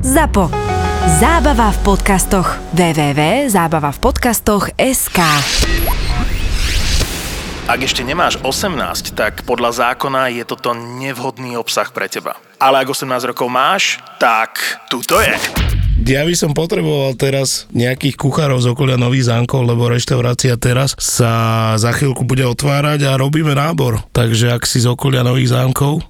ZAPO. Zábava v podcastoch. www.zabavavpodcastoch.sk Ak ešte nemáš 18, tak podľa zákona je toto nevhodný obsah pre teba. Ale ak 18 rokov máš, tak tu to je. Ja by som potreboval teraz nejakých kuchárov z okolia Nových zámkov, lebo reštaurácia teraz sa za chvíľku bude otvárať a robíme nábor. Takže ak si z okolia Nových zámkov,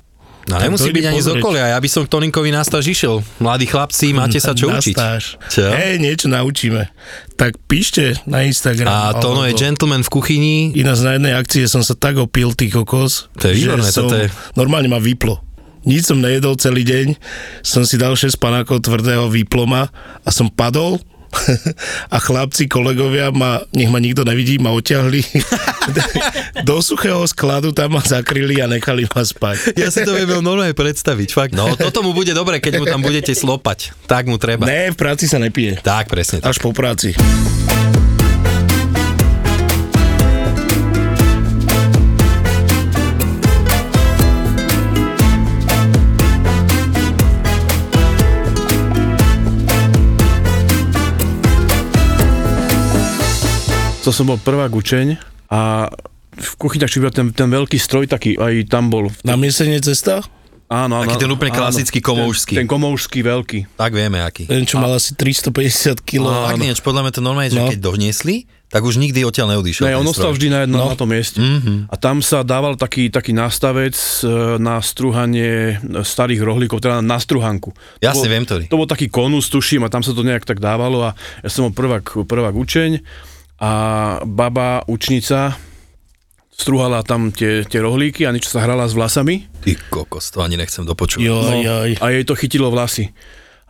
No Tak nemusí dojdi byť ani z pozrieť. okolia, ja by som k Toninkovi na stáž išiel. Mladí chlapci, máte sa čo učiť. nastáš. Čo? Hej, niečo naučíme. Tak píšte na Instagram. A Tono je alebo- gentleman v kuchyni. Ináč na jednej akcie som sa tak opil, ty kokos, To je výborné, som, toto je- normálne ma vyplo. Nič som nejedol celý deň, som si dal 6 panákov tvrdého výploma a som padol a chlapci, kolegovia ma, nech ma nikto nevidí, ma oťahli do suchého skladu, tam ma zakryli a nechali ma spať. Ja si to viem normálne predstaviť, fakt. No toto mu bude dobre, keď mu tam budete slopať. Tak mu treba. Ne, v práci sa nepije. Tak, presne. Tak. Až po práci. To som bol prvá gučeň a v kuchyniach čo býva ten, ten veľký stroj taký, aj tam bol. Na miestenie cesta? Áno, áno. Taký ten úplne klasický komoušský. Ten, ten komoušský veľký. No, tak vieme, aký. Ten, čo mal asi 350 kg. No, tak nie, podľa mňa to normálne, že No. keď doniesli, tak už nikdy odtiaľ neodišiel. Ne, ten on ostal stroj. Mhm. vždy na jednom no. na tom mieste. Mm-hmm. A tam sa dával taký, taký nastavec e, na strúhanie e, starých rohlíkov, teda na strúhanku. Jasne, viem, ktorý. To bol taký konus, tuším, a tam sa to nejak tak dávalo a ja som bol prvák, prvák učeň a baba, učnica, strúhala tam tie, tie rohlíky a niečo sa hrala s vlasami. Ty kokos, to ani nechcem dopočuť. Joj, joj. No. A jej to chytilo vlasy.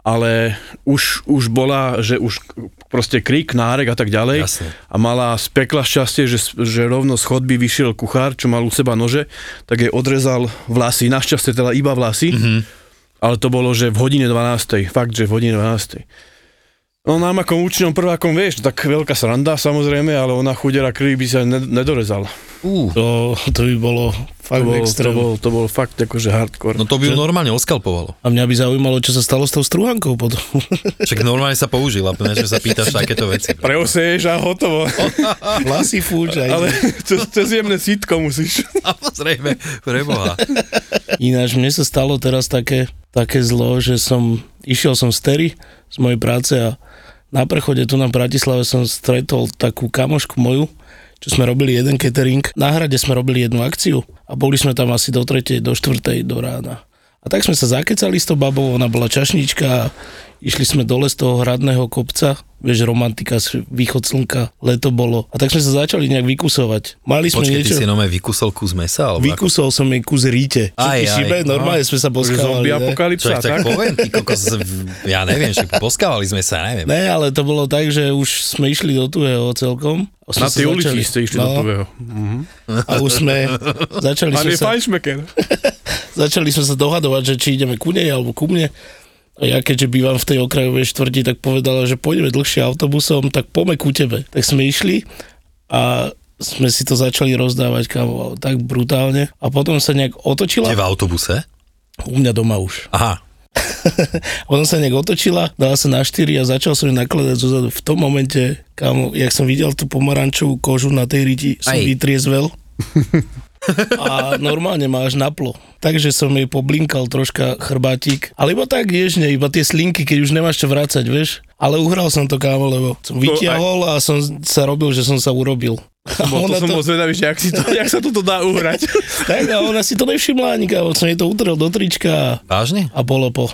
Ale už, už bola, že už proste krik, nárek a tak ďalej. Jasne. A mala z pekla šťastie, že, že rovno z chodby vyšiel kuchár, čo mal u seba nože, tak jej odrezal vlasy. Našťastie teda iba vlasy. Mm-hmm. Ale to bolo, že v hodine 12. Fakt, že v hodine 12. No nám ako učňom prvákom, vieš, tak veľká sranda samozrejme, ale ona chudera krivý by sa ne- nedorezal. Ú, To, to by bolo To fakt bol, to extrém. bol, to bol fakt akože hardcore. no to by ju normálne oskalpovalo. A mňa by zaujímalo, čo sa stalo s tou strúhankou potom. Však normálne sa použil, a že sa pýtaš takéto veci. Preoseješ a hotovo. Vlasy fúč aj. Ale... Ale cez, cez jemné sítko musíš. Samozrejme, preboha. Ináč mne sa stalo teraz také, také zlo, že som, išiel som z Tery z mojej práce a na prechode tu na Bratislave som stretol takú kamošku moju, čo sme robili jeden catering. Na hrade sme robili jednu akciu a boli sme tam asi do 3. do 4. do rána. A tak sme sa zakecali s tou babou, ona bola čašnička a išli sme dole z toho hradného kopca, vieš, romantika, s- východ slnka, leto bolo. A tak sme sa začali nejak vykusovať. Mali sme Počkej, ty niečo... si nome vykusol kus mesa? Alebo ako? Vykusol som jej kus ríte. Čo Aj, ti aj. No. šibe? Normálne sme sa boskávali. ne? Zombie Čo, apokalypsa, tak tak? poviem, ty kokos, ja neviem, že poskávali sme sa, No. neviem. Ne, ale to bolo tak, že už sme išli do tuhého celkom. A sme Na sa tej ulici začali- No, ste išli do prvého. A už sme začali, A sme nie sa, fajnšmeker. začali sme sa dohadovať, že či ideme ku nej alebo ku mne. A ja keďže bývam v tej okrajovej štvrti, tak povedala, že pôjdeme dlhšie autobusom, tak poďme ku tebe. Tak sme išli a sme si to začali rozdávať kamo, ale tak brutálne. A potom sa nejak Kde otočila. v autobuse? U mňa doma už. Aha, Ona sa nejak otočila, dala sa na štyri a začal som ju nakladať zozadu. V tom momente, kámo, jak som videl tú pomarančovú kožu na tej riti, som Aj. vytriezvel. A normálne ma až naplo. Takže som jej poblinkal troška chrbátik. Ale iba tak ježne, iba tie slinky, keď už nemáš čo vrácať, vieš. Ale uhral som to, kámo, lebo som vyťahol a som sa robil, že som sa urobil. A Bo to ona som to, bol zvedavý, že jak, si to, jak sa toto dá uhrať. tak a ona si to nevšimla ani, kámo. Som jej to utrel do trička a, vážne? a bolo po.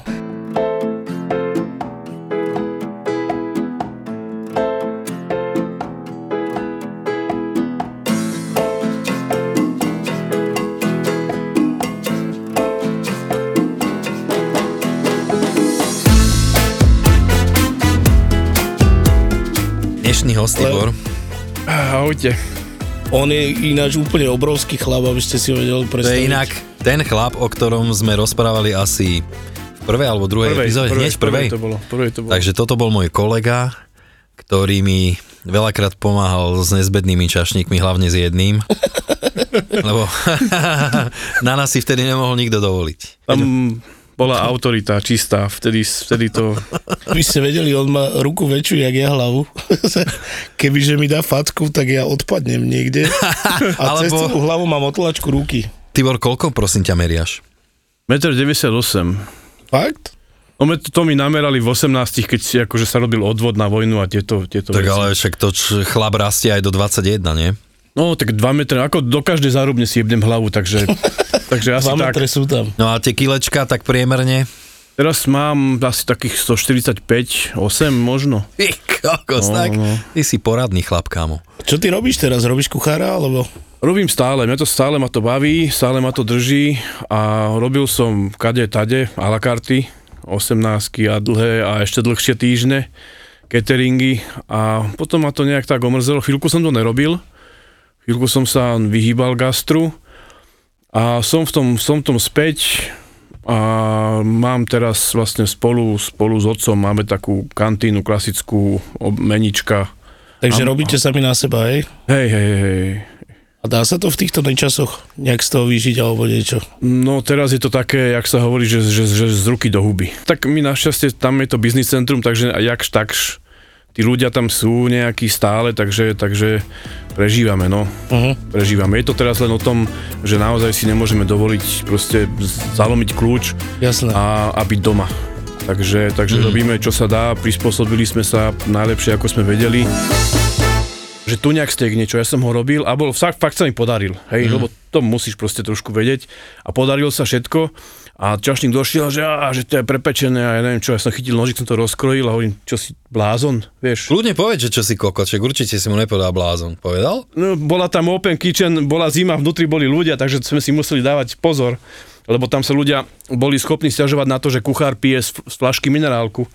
Dnešný host Igor. Ahojte. On je ináč úplne obrovský chlap, aby ste si ho vedeli To predstaviť. je inak ten chlap, o ktorom sme rozprávali asi v prvej alebo druhej Prvej, epizóde, prvej, hneď v prvej. to bolo. Prvej to bolo. Takže toto bol môj kolega, ktorý mi veľakrát pomáhal s nezbednými čašníkmi, hlavne s jedným. Lebo na nás si vtedy nemohol nikto dovoliť. Tam bola autorita čistá, vtedy, vtedy to... Vy ste vedeli, on má ruku väčšiu, jak ja hlavu. Kebyže mi dá facku, tak ja odpadnem niekde. A cez Alebo- celú hlavu mám otlačku ruky. Tibor, koľko prosím ťa meriaš? 1,98 m. Fakt? No me- to, to mi namerali v 18, keď si akože sa robil odvod na vojnu a tieto, tieto Tak veci. ale však to č- chlap rastie aj do 21, nie? No tak 2 metre, ako do každej zárubne si jebnem hlavu, takže, takže asi Dva tak. metre sú tam. No a tie kilečka tak priemerne? Teraz mám asi takých 145, 8 možno. Ty kokos, No, tak? no. Ty si poradný chlap, kámo. Čo ty robíš teraz? Robíš kuchára, alebo Robím stále, mňa to stále ma to baví, stále ma to drží a robil som kade tade, a la carte, 18 a dlhé a ešte dlhšie týždne, cateringy a potom ma to nejak tak omrzelo, chvíľku som to nerobil, chvíľku som sa vyhýbal gastru a som v tom, som v tom späť a mám teraz vlastne spolu, spolu s otcom máme takú kantínu klasickú o- menička. Takže Áno. robíte sami na seba, hej? Hej, hej, hej. A dá sa to v týchto nečasoch nejak z toho vyžiť alebo niečo? No teraz je to také, jak sa hovorí, že, že, že z ruky do huby. Tak my našťastie, tam je to biznis centrum, takže jakž takž, tí ľudia tam sú nejakí stále, takže, takže prežívame, no, Uh-huh. prežívame. Je to teraz len o tom, že naozaj si nemôžeme dovoliť proste zalomiť kľúč Jasné. a, a byť doma. Takže, takže robíme, čo sa dá, prispôsobili sme sa najlepšie, ako sme vedeli. Že tu nejak steak niečo, ja som ho robil a bol, fakt, fakt sa mi podaril, hej, lebo to musíš proste trošku vedieť. A podarilo sa všetko a čašník došiel, že, á, že to je prepečené a ja neviem čo, ja som chytil nožík, som to rozkrojil a hovorím, čo si blázon, vieš. Kľudne povedz, že čo si kokoček, určite si mu nepodal blázon, povedal? No, bola tam open kitchen, bola zima, vnútri boli ľudia, takže sme si museli dávať pozor, lebo tam sa ľudia boli schopní stiažovať na to, že kuchár pije z, z flašky minerálku.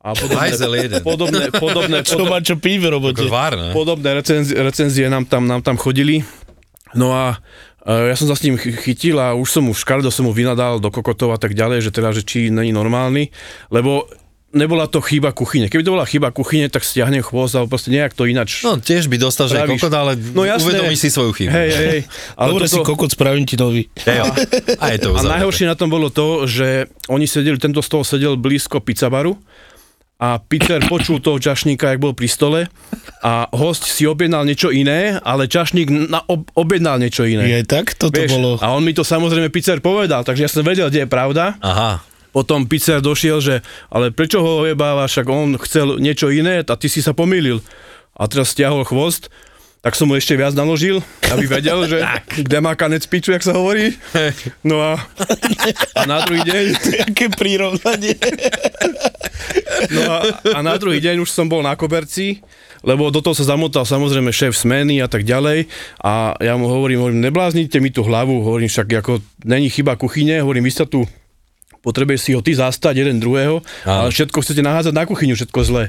A podobné, Hajzel jeden. podobné, podobné, Čo podobné, má čo piť v robote? Kvár, ne? podobné recenzie, recenzie nám, tam, nám tam chodili. No a e, ja som sa s ním chy- chytil a už som mu škardo som mu vynadal do kokotov a tak ďalej, že teda, že či není normálny, lebo nebola to chyba kuchyne. Keby to bola chyba kuchyne, tak stiahnem chvost a proste nejak to inač No tiež by dostal, že Spravíš. kokot, ale No jasné. uvedomíš si svoju chybu. Hej, hej, hej. Ale Dobre si toto, kokot, spravím ti nový. Hej, a je to a uzavreté. najhoršie na tom bolo to, že oni sedeli, tento stôl sedel blízko pizzabaru a Peter počul toho čašníka, jak bol pri stole a host si objednal niečo iné, ale čašník na, ob, objednal niečo Je iné. tak? Toto Vieš, bolo... A on mi to samozrejme Pizzer povedal, takže ja som vedel, kde je pravda. Aha, Potom Pizzer došiel, že ale prečo ho ojebávaš, však on chcel niečo iné a ty si sa pomýlil. A teraz stiahol chvost, tak som mu ešte viac naložil, aby vedel, že kde má kanec piču, jak sa hovorí. No a, a na druhý deň, Aké prirovnanie. no a, a na druhý deň už som bol na koberci, lebo do toho sa zamotal samozrejme šéf smeny a tak ďalej a ja mu hovorím, hovorím, nebláznite mi tú hlavu, hovorím však ako není chyba kuchyne, hovorím, vy sa tu potrebuješ si ho ty zastať jeden druhého, Áno. ale všetko chcete nahádzať na kuchyňu, všetko zlé.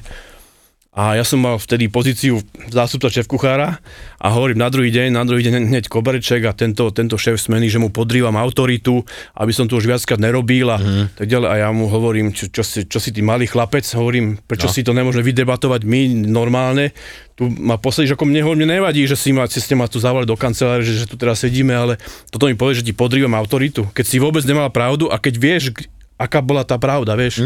A ja som mal vtedy pozíciu zástupca šéf kuchára a hovorím na druhý deň, na druhý deň hneď koberček a tento, tento šéf smeny, že mu podrývam autoritu, aby som to už viackrát nerobil a Mhm. tak ďalej. A ja mu hovorím, čo, čo, si, čo si ty malý chlapec, hovorím, prečo no. si to nemôžeme vydebatovať my normálne. Tu ma posledíš ako mne, hovorím, mne nevadí, že si ma, si ste ma tu zavolali do kancelárie, že, že tu teraz sedíme, ale toto mi povie, že ti podrývam autoritu. Keď si vôbec nemal pravdu a keď vieš, k- aká bola tá pravda, vieš.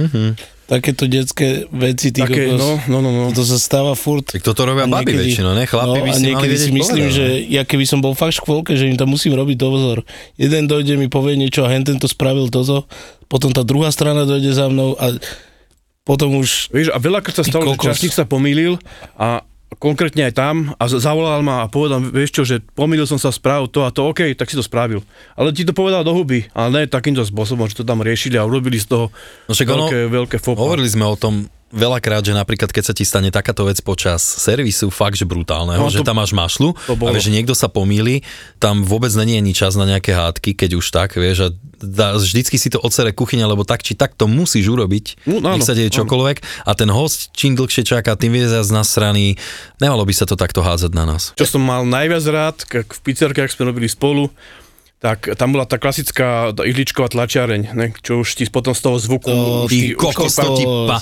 Takéto detské veci, Mhm. ty Také, kokos. no, no, no, no. To sa stáva furt. tak toto robia baby väčšinou, ne? no, Chlapi by a si mali niekedy si vedieť myslím, povedať, no, že ne? ja keby som bol fakt škôlke, že im tam musím robiť dozor. Jeden dojde, mi povie niečo a hen tento spravil toto, potom tá druhá strana dojde za mnou a potom už Vieš, a veľakrát sa Ty stalo, že kokos. čašník sa pomýlil a konkrétne aj tam a z- zavolal ma a povedal, vieš čo, že pomýlil som sa, správ to a to, OK, tak si to spravil. Ale ti to povedal do huby, ale ne takýmto spôsobom, že to tam riešili a urobili z toho No však ono, veľké, veľké fopa. Hovorili sme o tom veľakrát, že napríklad keď sa ti stane takáto vec počas servisu, fakt, že brutálneho, no, No, že to- tam máš mašlu a to bolo. vieš, že niekto sa pomýli, tam vôbec není ani čas na nejaké hádky, keď už tak, vieš, a dá, vždycky si to odsere kuchyňa, lebo tak či tak to musíš urobiť, No, áno, nech sa deje áno. čokoľvek a ten host čím dlhšie čaká, tým vie zás nasraný, nemalo by sa to takto hádzať na nás. Čo som mal najviac rád, k- v pizzerke, ak sme robili spolu, tak tam bola tá klasická tá ihličková tlačiareň, ne? čo už ti potom z toho zvuku... To už Ty ti- už ti kokos, pa- to ti pa...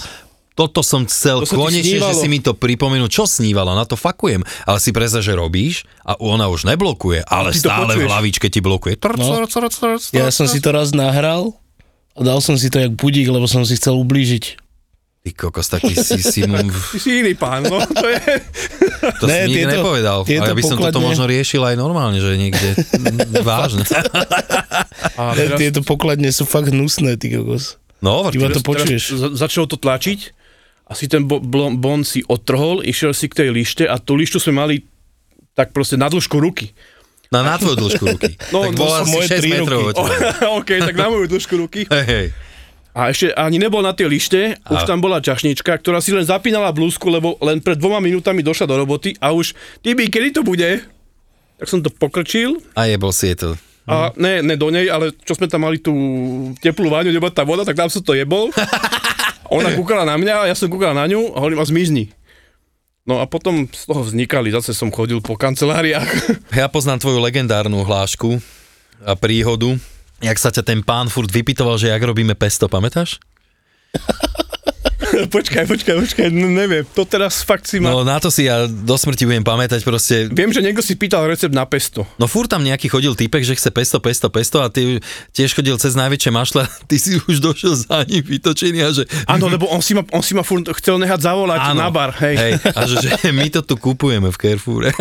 Toto som chcel To sa ti konečne, že snívalo. si mi to pripomenul. Čo snívalo? Na to fakujem. Ale si preza, že robíš a ona už neblokuje, ale Ty to stále v počuješ. hlavičke ti blokuje. Tr, No. tr, tr, tr, tr, tr, ja som si to raz nahral A dal som si to jak budík, lebo som si chcel ublížiť. Ty kokos, taký si, si mu, Ty si iný pán, no to je... to Ne, ne, si nikdy tieto- nepovedal. tieto A ja by som toto pokladne- možno riešil aj normálne, že niekde mm, vážne. A Teraz... teraz, Tieto pokladne sú fakt hnusné, ty kokos. No, Iba vrti, to teraz počuješ. za- začalo to tlačiť a si ten bo- blon- bon si odtrhol, išiel si k tej lište a tú lištu sme mali tak proste na dĺžku ruky. na, na tvoju dĺžku ruky. No, tak to bola sú asi moje 6 tri metrov ruky. od teba. OK, tak na moju dĺžku ruky. Hej, hej. A ešte ani nebol na tej lište, A. už tam bola čašnička, ktorá si len zapínala blúzku, lebo len pred dvoma minútami došla do roboty a už, Tibi, kedy to bude? Tak som to pokrčil A jebol si je to. a ne, ne do nej, ale čo sme tam mali tú teplú váňu, nebola tá voda, tak tam som to jebol. Ona kúkala na mňa, ja som kúkal na ňu a hovorím, a zmizni. No a potom z toho vznikali, zase som chodil po kanceláriách. Ja poznám tvoju legendárnu hlášku a príhodu, jak sa ťa ten pán furt vypytoval, že jak robíme pesto, pamätáš? počkaj, počkaj, počkaj, no, neviem, to teraz fakt si ma... No. No na to si ja do smrti budem pamätať proste. Viem, že niekto si pýtal recept na pesto. No furt tam nejaký chodil týpek, že chce pesto, pesto, pesto a ty tiež chodil cez najväčšie mašle a ty si už došiel za ním vytočený a že... Áno, lebo on si ma, on si ma furt chcel nehať zavolať Áno. na bar, hej. hej. A že, že my to tu kupujeme v Carrefoure.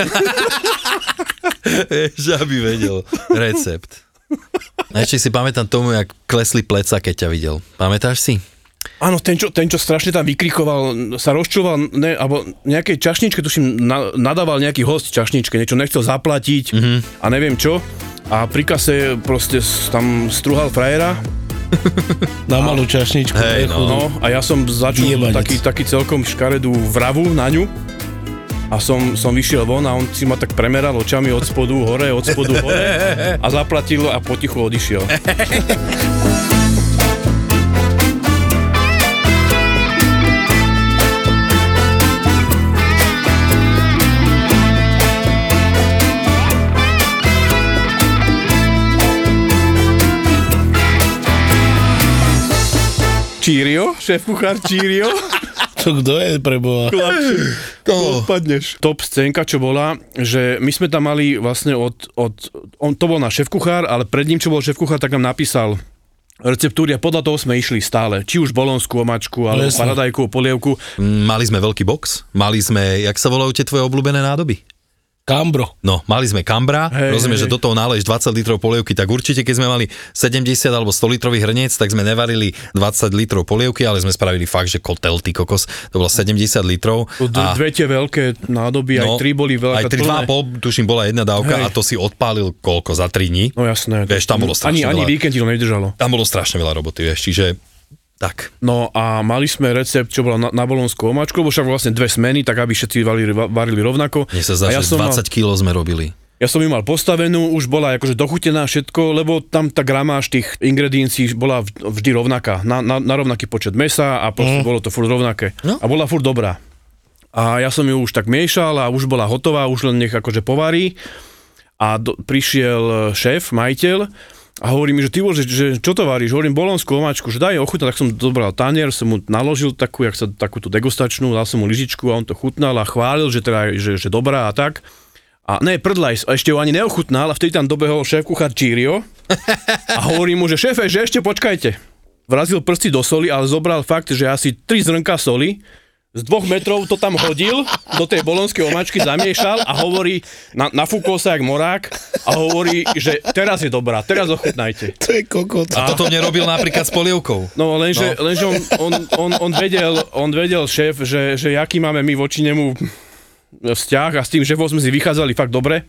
Vieš, aby vedel recept. Najčej si pamätám tomu, jak klesli pleca, keď ťa videl. Pamätáš si? Áno, ten čo, ten, čo strašne tam vykrikoval, sa rozčúval, ne, alebo nejakej čašničke, tuším, na, nadával nejaký host čašničke, niečo nechcel zaplatiť mm-hmm. a neviem čo. A pri kase proste s- tam strúhal frajera Na malú čašničku. No. Hej, pre chudu. no, a ja som začul Jebanec. taký, taký celkom škaredú vravu na ňu a som, som vyšiel von a on si ma tak premeral očami od spodu hore, od spodu hore a zaplatil a potichu odišiel. Čírio, šéf kuchár Čírio. To kto je preboha? To. Odpadneš. Top scénka, čo bola, že my sme tam mali vlastne od, od on to bol náš šéfkuchár, ale pred ním, čo bol šéfkuchár, tak nám napísal receptúry a podľa toho sme išli stále. Či už bolonskú omačku, alebo jasné. paradajku, polievku. Mali sme veľký box, mali sme, jak sa volajú tie tvoje obľúbené nádoby? Kambro. No, mali sme kambra, Hej, hey, rozumieš, hej. že do toho náleješ 20 litrov polievky, tak určite keď sme mali 70 alebo 100 litrový hrniec, tak sme nevarili 20 litrov polievky, ale sme spravili fakt, že kotel, ty kokos, to bolo 70 litrov. no, To d- dve tie veľké nádoby, No, aj tri boli veľké. Aj tri, dva, a pol, tuším, bola jedna dávka a Hej. to si odpálil koľko, za 3 dní? No jasné. Vieš, tam bolo strašne Ani, ani veľa. víkend ti to nevydržalo. Tam bolo strašne veľa roboty, vieš, čiže tak. No a mali sme recept, čo bola na, na bolonskú omáčku, lebo však vlastne dve smeny, tak aby všetci varili, varili rovnako. Mne sa zdá, ja A ja že som mal- 20 kg sme robili. Ja som ju mal postavenú, už bola akože dochutená všetko, lebo tam tá gramáž tých ingrediencií bola v- vždy rovnaká, na, na, na rovnaký počet mesa a proste mm. bolo to furt rovnaké. No. A bola furt dobrá. A ja som ju už tak miešal a už bola hotová, už len nech akože povarí. A do, prišiel e, šéf, majiteľ a hovorí mi, že ty bože, že čo to varíš? Hovorím bolonskú omáčku, že daj ochutnať, tak som zobral tanier, som mu naložil takú, jak sa, takúto degustačnú, dal som mu lyžičku a on to chutnal a chválil, že teda, že, že dobrá a tak. A ne, prdlajs, a ešte ho ani neochutnal a vtedy tam dobehol šéf kuchár Čírio a hovorí mu, že šéfe, že ešte počkajte. Vrazil prsty do soli, ale zobral fakt, že asi 3 zrnka soli, z dvoch metrov to tam hodil, do tej bolonskej omáčky zamiešal a hovorí, na, nafúkol sa jak morák a hovorí, že teraz je dobrá, teraz ochutnajte. To je kokot. A toto mne robil napríklad s polievkou. No lenže, no. lenže on, on, on, on, vedel, on vedel šéf, že, že aký máme my voči nemu vzťah a s tým šéfom sme si vychádzali fakt dobre,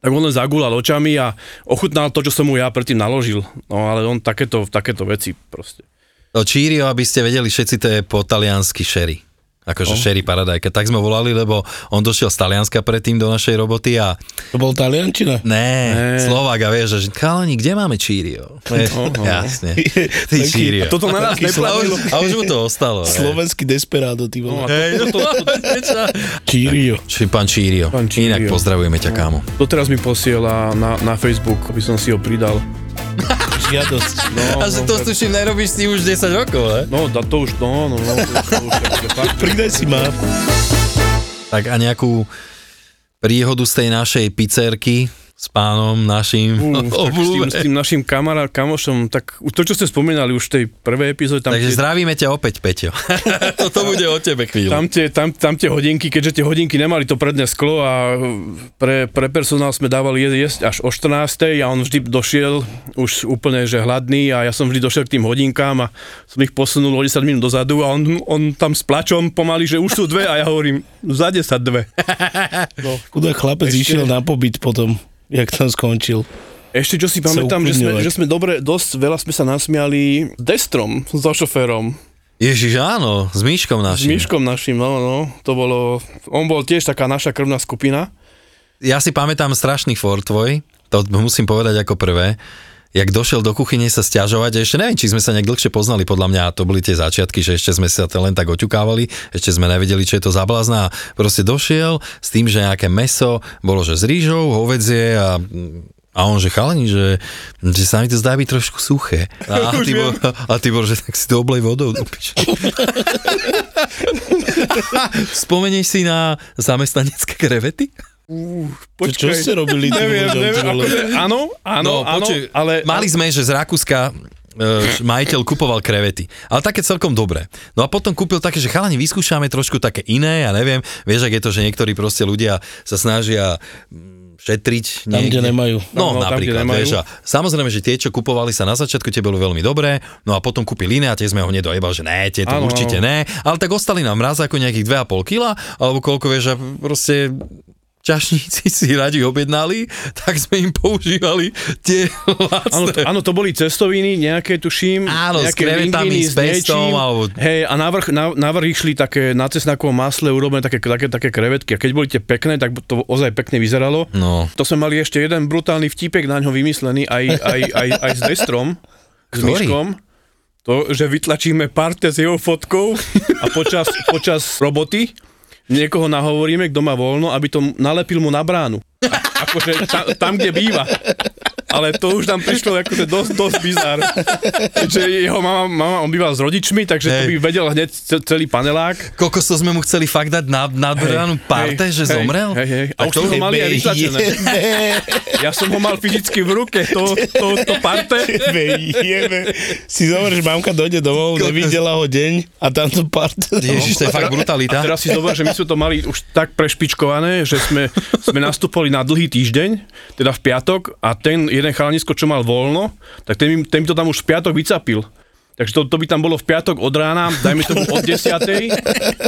tak on len zagulal očami a ochutnal to, čo som mu ja predtým naložil. No ale on takéto, takéto veci proste. No Čírio, aby ste vedeli, všetci to je po taliansky sherry. Akože oh. sherry paradajka. Tak sme volali, lebo on došiel z Talianska predtým do našej roboty a To bol Taliančina? né, Slovák a vieš, že chalani, kde máme Čírio? No, Oh, oh. Jasne. Ty Čírio. toto na nás Taký Slo- neplatilo. A už mu to ostalo. ne? Slovenský desperado, ty vole. Hej, no to, to, to, Čírio. Či pán Čírio. Pán Čírio. Inak No, pozdravujeme ťa, kámo. To teraz mi posiela na, na Facebook, aby som si ho pridal. Žiadosť. A že to tuším, nerobíš si už 10 rokov, ne? No, da, to už, no, no, no, to už, to už, to už fakt. Pridaj si ma. Tak a nejakú príhodu z tej našej pizzerky s pánom našim Uf, tak s, tým, s tým našim kamará, kamošom, tak to, čo ste spomínali už v tej prvej epizóde, tam, Takže tie, zdravíme ťa opäť, Peťo. Toto bude o tebe chvíľu. tam, tie, tam, tam tie hodinky, keďže tie hodinky nemali to predné sklo a pre, pre personál sme dávali jesť, jesť až o 14. a on vždy došiel už úplne, že hladný a ja som vždy došiel k tým hodinkám a som ich posunul o 10 minút dozadu a on, on tam s plačom pomaly, že už sú dve a ja hovorím, za 10 dve. Chudák chlapec Ešte- išiel na pobyt potom, jak tam skončil. Ešte čo si pamätám, že sme, uklidňovať. že sme dobre, dosť veľa sme sa nasmiali destrom so šoférom. Ježiš, áno, s Myškom S našim. Myškom našim, no, no, to bolo, on bol tiež taká naša krvná skupina. Ja si pamätám strašný for tvoj, to musím povedať ako prvé. Jak došiel do kuchyne sa stiažovať, a ešte neviem, či sme sa nejak dlhšie poznali, podľa mňa a to boli tie začiatky, že ešte sme sa te- len tak oťukávali, ešte sme nevedeli, čo je to za blázna a proste došiel s tým, že nejaké meso bolo, že s rýžou, hovedzie a a on, že chalani, že, že sa mi to zdá byť trošku suché. A, ty bol, a ty bol, že tak si to oblej vodou. do piče. Spomenieš si na zamestnanecké krevety? Čo, čo ste robili? tým neviem, ľuďom, neviem, ty vole? akože, áno, áno, No, áno, počuj, ale... Mali áno, sme, že z Rakúska e, majiteľ kupoval krevety. Ale také celkom dobré. No a potom kúpil také, že chalani, vyskúšame trošku také iné, ja neviem, vieš, ak je to, že niektorí proste ľudia sa snažia mm, šetriť. Tam, kde nemajú. No, no No, tam, kde napríklad, tam, nemajú. vieš, a samozrejme, že tie, čo kupovali sa na začiatku, tie boli veľmi dobré, no a potom kúpili iné a tie sme ho hneď dojebali, že ne, tie to Áno, určite ne, áno. ale tak ostali nám raz ako nejakých 2,5 kg, alebo koľko vieš, a proste čašníci si radi objednali, tak sme im používali tie Áno, to, lacné. áno, to boli cestoviny, nejaké tuším, Áno, s nejaké krevetami, lingviny s pestom, niečím. alebo- Hej, a navrh, na, navrh išli také na cesnakovom masle urobené také, také, také krevetky. A keď boli tie pekné, tak to ozaj pekne vyzeralo. No, To sme mali ešte jeden brutálny vtípek na ňo vymyslený aj, aj, aj, aj s Destrom, Ktorý? s Myškom. To, že vytlačíme parte s jeho fotkou a počas, počas roboty niekoho nahovoríme, kto má voľno, aby to nalepil mu na bránu. A, akože tam, tam, kde býva. Ale to už nám prišlo akože dosť, dosť bizár. Že jeho mama, mama, on býval s rodičmi, takže to by Hej. vedel hneď ce- celý panelák. koľko so sme mu chceli fakt dať na, na dranú parte, že hej, zomrel? Hej, hej. Tak A už sme to ho mali aj je- vytlačené. Ja som ho mal fyzicky v ruke, to, to, to parte. Jebe, jebe. Si zober, že mamka dojde domov, nevidela ho deň a tam to part. Ježiš, to je fakt brutalita. No. Teraz si zober, že my sme to mali už tak prešpičkované, že sme, sme nastúpali na dlhý týždeň, teda v piatok, a ten jeden chalanisko, čo mal voľno, tak ten, im- ten mi to tam už v piatok vycapil. Takže to, to by tam bolo v piatok od rána, dajme tomu od 10. A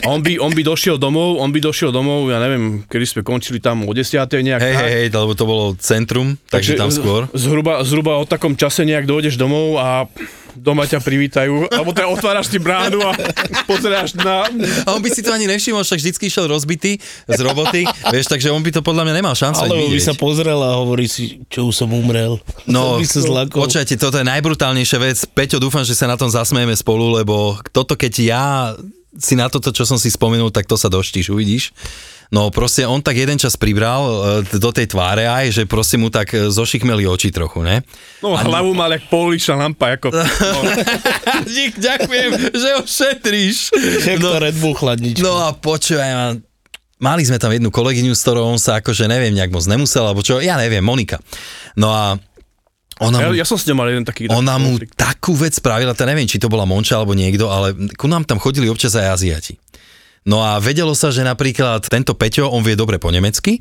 on by, on by došiel domov, on by došiel domov, ja neviem, kedy sme končili tam o 10. nejak. Hej, tak. hej, hej, lebo to bolo centrum, takže tam z- skôr. Zhruba, zhruba o takom čase nejak dojdeš domov a doma ťa privítajú, alebo teda otváraš ti bránu a pozeráš na... A on by si to ani nevšimol, však vždycky išiel rozbitý z roboty, vieš, takže on by to podľa mňa nemal šancu Ale ani by vidieť. sa pozrel a hovorí si, čo už som umrel. No, by sa zlakol. počujete, toto je najbrutálnejšia vec. Peťo, dúfam, že sa na tom zasmejeme spolu, lebo toto, keď ja si na toto, čo som si spomenul, tak to sa doštíš, uvidíš. No proste on tak jeden čas pribral e, do tej tváre aj, že proste mu tak e, zošikmeli oči trochu, ne? No hlavu mal jak pouličná lampa, ako... No, Dík, ďakujem, že ho šetríš. Jak to Red Bull chladnička. No a počúvaj ma, mali sme tam jednu kolegyňu, s ktorou on sa akože neviem, nejak moc nemusel, alebo čo, ja neviem, Monika. No a ona mu, ja, ja som s ňou mal jeden taký... ona mu konflikt. takú vec spravila, to neviem, či to bola Monča alebo niekto, ale ku nám tam chodili občas aj Aziati. No a vedelo sa, že napríklad tento Peťo, on vie dobre po nemecky,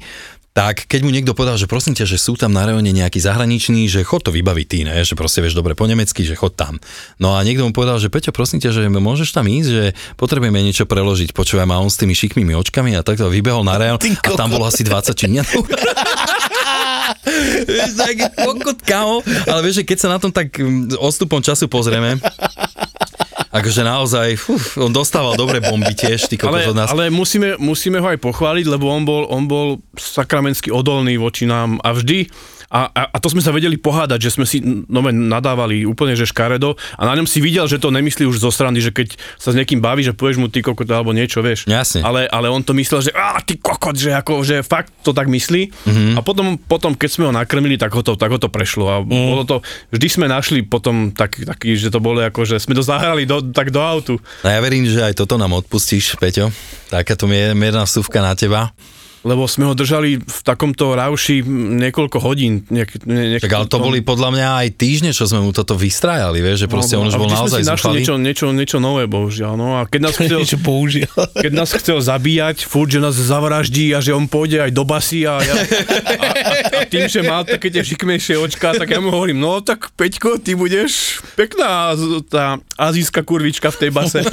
tak keď mu niekto povedal, že prosím ťa, že sú tam na reóne nejakí zahraniční, že chod to vybaviť ty, ne? že proste vieš dobre po nemecky, že chod tam. No a niekto mu povedal, že Peťo, prosím ťa, že môžeš tam ísť, že potrebujeme niečo preložiť. Počúvaj ma, on s tými šikmými očkami a takto vybehol na reón Ty a kokot. tam bolo asi 20 činianov. Vieš, taký kokot, kámo. Ale vieš, že keď sa na tom tak mm, odstupom času pozrieme, akože naozaj, uf, on dostával dobré bomby tiež, ty kokos Ale, od nás. ale musíme, musíme ho aj pochváliť, lebo on bol, on bol sakramensky odolný voči nám a vždy, a, a, a to sme sa vedeli pohádať, že sme si no, men, nadávali úplne, že škaredo a na ňom si videl, že to nemyslí už zo strany, že keď sa s niekým baví, že povieš mu ty kokot alebo niečo, vieš. Jasne. Ale, ale on to myslel, že a ty kokot, že, ako, že fakt to tak myslí. Mhm. Mm-hmm. A potom, potom, keď sme ho nakrmili, tak ho to, tak ho to prešlo. A mm. Mhm. bolo to, vždy sme našli potom taký, taký že to bolo ako, že sme to zahrali do, tak do autu. No ja verím, že aj toto nám odpustíš, Peťo. Takáto mier- mierna vsúvka na teba. lebo sme ho držali v takomto rauši niekoľko hodín. Niek, ne, niek, Tak ale to tom- boli podľa mňa aj týždne, čo sme mu toto vystrajali, vieš, že proste No. No, on už a bol vždy sme naozaj si našli zúfalý. niečo, niečo, niečo nové, bohužiaľ. No a keď nás chcel, Niečo použil. keď nás chcel zabíjať, furt, že nás zavraždí a že on pôjde aj do basy a, ja, a, a tým, že má také tie šikmejšie očka, tak ja mu hovorím, no tak Peťko, ty budeš pekná z- tá azijská kurvička v tej base.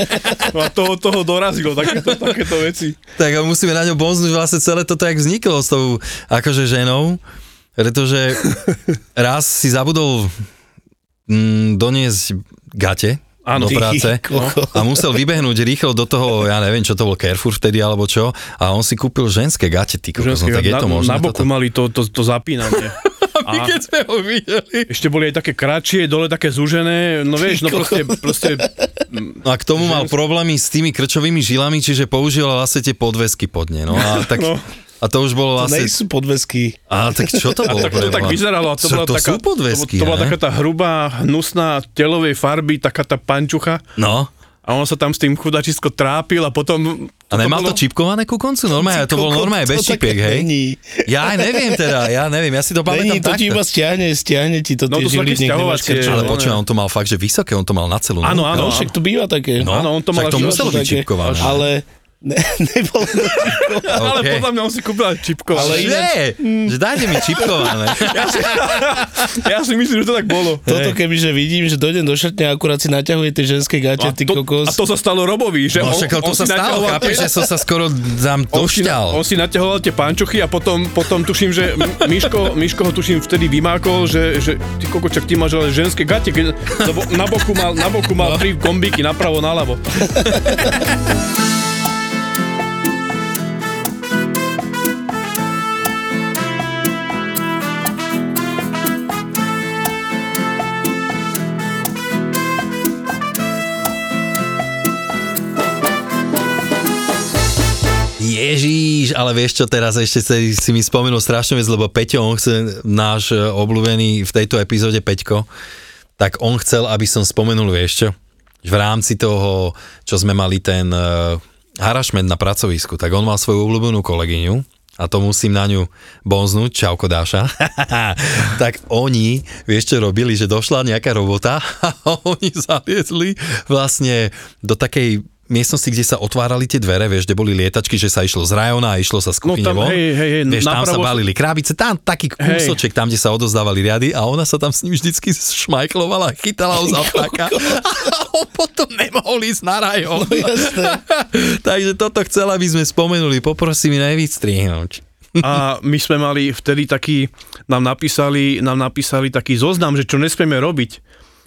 No a toho, toho dorazilo, takéto, takéto veci. Tak a musíme na ňo bonznúť vlastne celé toto, jak vzniklo s tou akože ženou, pretože raz si zabudol mm, doniesť gate Áno. do Ty práce kokos. a musel vybehnúť rýchlo do toho, ja neviem, čo to bol Carrefour vtedy alebo čo, a on si kúpil ženské gate, ty kokos, no, Ženské, tak je na, to možné na boku toto? mali to, to, to zapínanie. My keď sme ho videli. Ešte boli aj také kratšie, dole také zúžené, no vieš, no proste, proste No a k tomu mal problémy s tými krčovými žilami, čiže použil vlastne tie podvesky pod ne. No a, tak, No. a to už bolo To vlastne... nejsú podvesky. A tak čo to bolo? tak to pre tak Boha? vyzeralo. A to, Čo, bola no. to taká, sú podvesky, to, to bola ne? taká tá hrubá, hnusná, telovej farby, taká tá pančucha. No. A on sa tam s tým chudačisko trápil a potom... A nemal to bolo- čipkované ku koncu? Normálne, to bol normálne bez To také čipiek, hej? Není, Ja aj neviem teda, ja neviem, ja si to není to pamätám ti takto. iba stiahne, stiahne ti to No, tie to sú žily niekde máš také stiahovacie, krčové. Ale No, počúvaj, ne. on to mal fakt, že vysoké, on to mal na celú. nohu. Áno, No, áno, však to býva také. No, áno, on to mal však až to na muselo byť také. čipkované. Ale ne, nebolo to čipkované. Ale OK. podľa mňa on si kúpil aj čipko. Ale Ale že, mm. že dajte mi čipkované. ja si myslím, že to tak bolo. Toto kebyže vidím, že dojdem do šatne a akurát si naťahuje tie ženské No A gate, ty to, kokos. a to sa stalo Robovi, že No on, však ale to on sa si stalo, naťahoval chápeš, tie- že som sa skoro tam on si, na- on došťal. si naťahoval tie pančochy a potom, potom tuším, že M- Miško, Miško ho tuším vtedy vymákol, že, že ty kokočak, ty máš ale ženské gate, keď, lebo na boku mal, na boku mal tri kombíky, napravo, naľavo. Ježíš, ale vieš čo, teraz ešte si, si mi spomenul strašnú vec, lebo Peťo, on chce, náš e, obľúbený v tejto epizóde Peťko, tak on chcel, aby som spomenul, vieš čo, v rámci toho, čo sme mali ten uh, harašment na pracovisku, tak on mal svoju obľúbenú kolegyňu a to musím na ňu bonznúť, čauko Dáša. tak oni, vieš čo robili, že došla nejaká robota a oni zaliezli vlastne do takej miestnosti, kde sa otvárali tie dvere, vieš, kde boli lietačky, že sa išlo z rajona a išlo sa z No kuchyne tam, von. hej, hej, hej, vieš, tam sa napravo- balili krábice, tam taký Hej. kúsoček, tam, kde sa odozdávali riady a ona sa tam s ním vždycky šmajklovala, chytala ho za ptáka a on potom nemohol ísť na No, rajon. Takže toto chcela by sme spomenuli, poprosím mi nevystrihnúť. a my sme mali vtedy taký, nám napísali, nám napísali taký zoznam, že čo nesmieme robiť.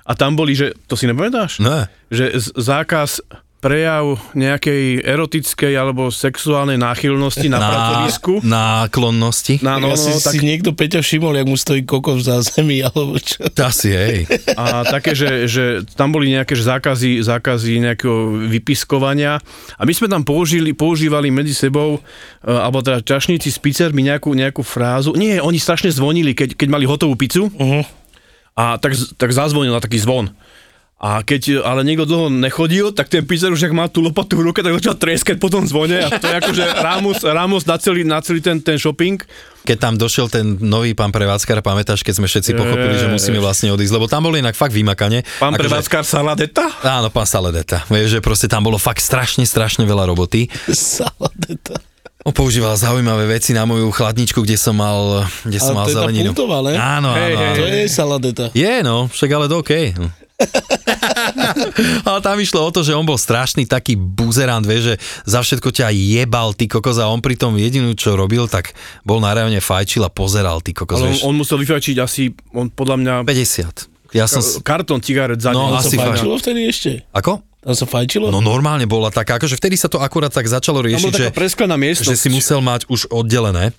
A tam boli, že, to si nepamätáš? No, Že z- zákaz prejav nejakej erotickej alebo sexuálnej náchylnosti na, na pracovisku. náklonnosti. Na, no, Asi no, tak, si niekto Peťa všimol, jak mu stojí kokos v zázemí, alebo čo. Asi, hej. a také, že, že tam boli nejaké že zákazy, zákazy nejakého vypiskovania. A my sme tam použili, používali medzi sebou, e, alebo teda čašníci s pizzermi nejakú, nejakú frázu. Nie, oni strašne zvonili, keď, keď mali hotovú pizzu. Uh-huh. A tak, tak zazvonil na taký zvon. A keď ale niekto dlho nechodil, tak ten pizzer už ak má tú lopatu v ruke, tak začal treskať po tom zvone a to je akože Ramos, Ramos na celý, na celý ten, ten shopping. Keď tam došiel ten nový pán prevádzkar, pamätáš, keď sme všetci pochopili, že musíme vlastne odísť, lebo tam boli inak fakt vymakanie. Pán Akože- prevádzkar Saladeta? Áno, pán Saledeta. Vieš, že proste tam bolo fakt strašne, strašne veľa roboty. Saladeta. On používal No, zaujímavé veci na moju chladničku, kde som mal, kde som Ale mal to je tá zeleninu. pultová, ne? Áno, áno, Hej, hej, áno. To je saladeta. Je, no, však ale to OK. Hm. ale tam išlo o to, že on bol strašný taký buzerant, vieš, že za všetko ťa jebal, ty kokos, a on pri tom jedinú, čo robil, tak bol na rajone fajčil a pozeral, ty kokos, Ale vieš. on, on musel vyfačiť asi, on podľa mňa, 50. Ja som... s- kartón cigaret za No, deň. asi Fajn. fakt. Fajčilo vtedy ešte? Ako? Tam sa fajčilo? No normálne bola taká, akože vtedy sa to akurát tak začalo Tam riešiť, bola že... taká presklená miestnosť. že si musel mať už oddelené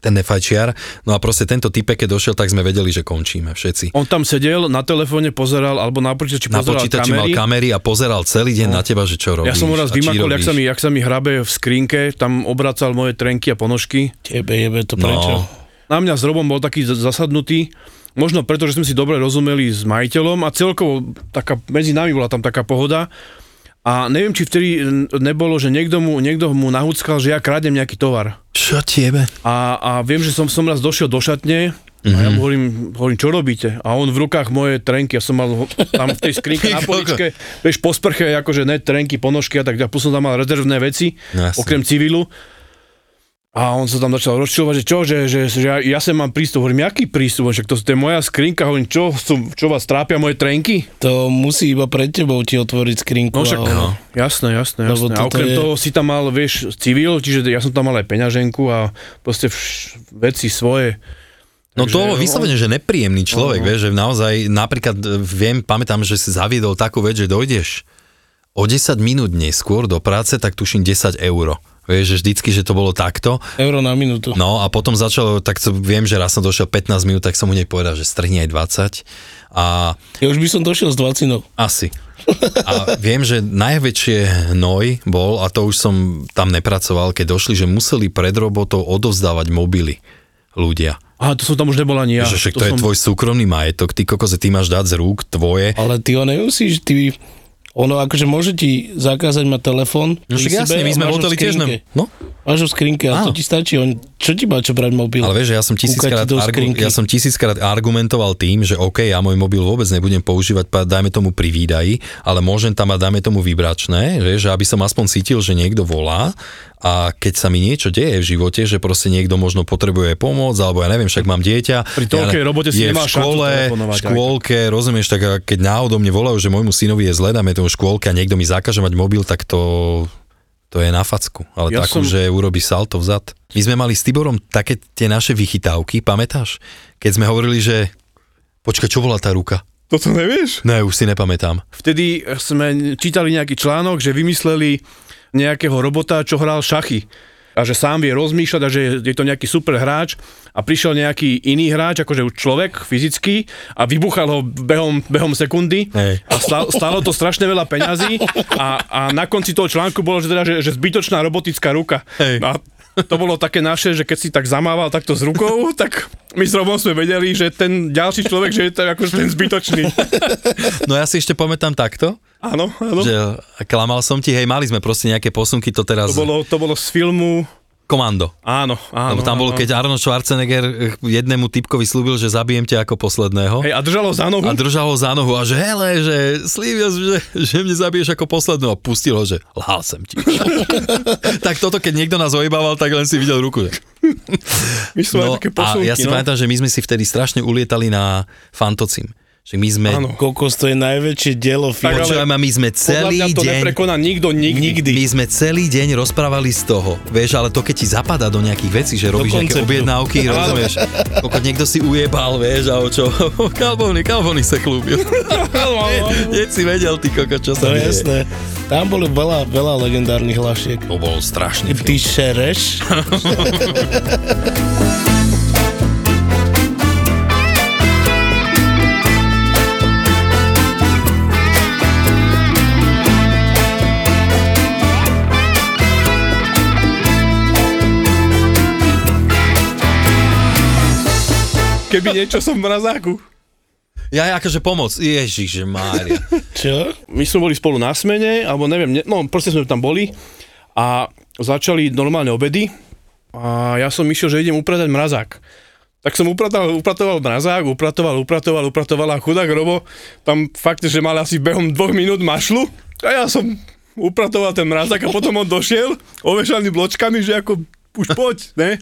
ten nefajčiar. No a proste tento typek, keď došiel, tak sme vedeli, že končíme všetci. On tam sedel, na telefóne pozeral, alebo na počítači Na pozeral počítači mal kamery. No. kamery a pozeral celý deň na teba, že čo robíš. ja som mu raz a či vymakol, jak robíš. sa, mi, jak sa mi hrabe v skrinke, tam obracal moje trenky a ponožky. Tebe jebe to No, prečo? Na mňa s Robom bol taký z- zasadnutý, možno preto, že sme si dobre rozumeli s majiteľom a celkovo taká, medzi nami bola tam taká pohoda. A neviem, či vtedy nebolo, že niekto mu, niekto mu nahúckal, že ja krádem nejaký tovar. Čo tiebe? A, a viem, že som, som raz došiel do šatne a Mhm. ja mu hovorím, hovorím, čo robíte? A on v rukách moje trenky, ja som mal ho- tam v tej skrinke na Ty poličke, vieš, po sprche, akože ne trenky, ponožky a tak ďalej, plus som tam mal rezervné veci, No jasne. okrem civilu. A on sa tam začal rozčulovať, že čo, že, že, že ja, ja sem mám prístup, hovorím, jaký prístup, však to, to je moja skrinka, hovorím, čo, sú- čo vás trápia moje trenky? To musí iba pred tebou ti otvoriť skrinku. No však, a ono. no. jasné, jasné, Lebo jasné. A toto okrem je- toho si tam mal, vieš, civil, čiže ja som tam mal aj peňaženku a proste vš- veci svoje. No to Takže bolo on- No, vyslovene, že nepríjemný človek, vieš, že naozaj, napríklad e, viem, pamätám, že si zaviedol takú vec, že dojdeš o 10 minút neskôr do práce, tak tuším 10 eur. Vieš, že vždycky, že to bolo takto. Euro na minútu. No a potom začalo, tak som- viem, že raz som došiel 15 minút, tak som mu nepovedal, že strhni aj 20. A Ja už by som došiel s 20. asi. A viem, že najväčšie hnoj bol, a to už som tam nepracoval, keď došli, že museli pred robotou odovzdávať mobily ľudia. Aha, to som tam už nebol ani ja. Ja, že však to, to je som... tvoj súkromný majetok, ty kokoze, ty máš dať z rúk tvoje. Ale ty ho nemusíš, ty... Ono akože môže ti zakázať mať telefón. No pri však jasne, sebe my a sme máš ho v hoteli tiež... skrinke. Nem... No, Máš ho v skrinke a to Áno. ti stačí. On, čo ti má čo brať mobil? ale vieš, že ja som, tisíckrát do argu... skrinky. ja som tisíckrát argumentoval tým, že OK, ja môj mobil vôbec nebudem používať, pa- dajme tomu pri výdaji, ale môžem tam mať, dajme tomu vybračné, vieš, že aby som aspoň cítil, že niekto volá a keď sa mi niečo deje v živote, že proste niekto možno potrebuje pomoc, alebo ja neviem, však mám dieťa. Pri ja, toľkej ne- robote si je nemáš v šancu škole, telefonovať, v škôlke, rozumieš, tak a keď náhodou mne volajú, že môjmu synovi je zle, dáme tomu škôlke a niekto mi zakáže mať mobil, tak to, to je na facku. Ale ja Ja takú, som... som- že urobí salto vzad. My sme mali s Tiborom také tie naše vychytávky, pamätáš? Keď sme hovorili, že počkaj, čo bola tá ruka? Toto nevieš? Ne, už si nepamätám. Vtedy sme čítali nejaký článok, že vymysleli nejakého robota, čo hral šachy. A že sám vie rozmýšľať a že je to nejaký super hráč a prišiel nejaký iný hráč, akože už človek fyzicky a vybuchal ho behom, behom sekundy Hej. a stalo, stalo to strašne veľa peňazí a, a na konci toho článku bolo, že, teda, že, že zbytočná robotická ruka. Hej. A to bolo také naše, že keď si tak zamával takto s rukou, tak my s Robom sme vedeli, že ten ďalší človek, že je to akože ten zbytočný. No ja si ešte pamätám takto, Áno, áno. že klamal som ti, hej, mali sme proste nejaké posunky, to teraz... To bolo, to bolo z filmu... Komando. Áno, áno. Lebo tam bolo, áno. keď Arnold Schwarzenegger eh, jednému typkovi slúbil, že zabijem ťa ako posledného. Hej, a držalo za nohu. a držal ho za nohu a že hele, že slívil, že, že mne zabiješ ako poslednú a pustil ho, že lhal som ti. tak toto, keď niekto nás ojebával, tak len si videl ruku. že- My sme no, také a posunky, ja si no. pamätám, že my sme si vtedy strašne ulietali na fantocim. Že my sme, Áno. Kokos, to je najväčšie dielo Tak ale- firmy. počúvaj ma, my sme Podľa celý mňa to deň... neprekoná nikto nikdy. My sme celý deň rozprávali z toho, vieš, ale to keď ti zapadá do nejakých vecí, že robíš nejaké konceptu. objednávky, rozumieš, koľko niekto si ujebal, vieš, a o čo, kalbony, kalbony sa klúbil. Nie- Nie si vedel, ty koko, čo To sa je deje. No, jasné. Tam boli veľa, veľa legendárnych hlašiek. To bol strašný Ty šereš? Keby niečo som v mrazáku. Ja akože pomoc, Ježiš Mária. Čo? My sme boli spolu na smene, alebo neviem, ne, no proste sme tam boli a začali normálne obedy a ja som išiel, že idem upratať mrazák. Tak som upratal, upratoval mrazák, upratoval, upratoval, upratoval a chudák Robo tam fakt, že mal asi behom dvoch minút mašlu a ja som upratoval ten mrazák a potom on došiel ovešaný bločkami, že ako už poď, ne?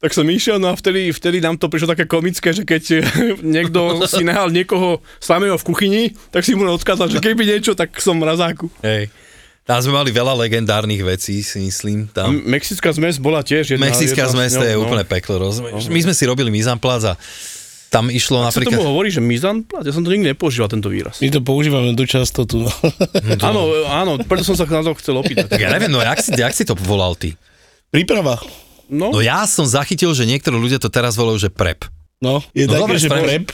Tak som išiel, no a vtedy, vtedy nám to prišlo také komické, že keď niekto si nehal niekoho samého v kuchyni, tak si mu odkázal, že keby niečo, tak som mrazáku. Hej. Tam sme mali veľa legendárnych vecí, si myslím, tam. M- Mexická zmes bola tiež Mm, jedna. Mexická jedna no, zmes, z to je ňou, úplne peklo, rozumieš? My sme si robili mizamplác a tam išlo Sa tomu napríklad... hovorí, že mizanplát? Ja som to nikdy nepoužíval, tento výraz. My to používame tu často tu. no. Áno, áno, preto som sa na to chcel opýtať. Tak ja neviem, no jak si, jak si to volal ty? Príprava. No, No ja som zachytil, že niektorí ľudia to teraz volajú, že prep. No, je no, No také, dobre, že sprem- prep.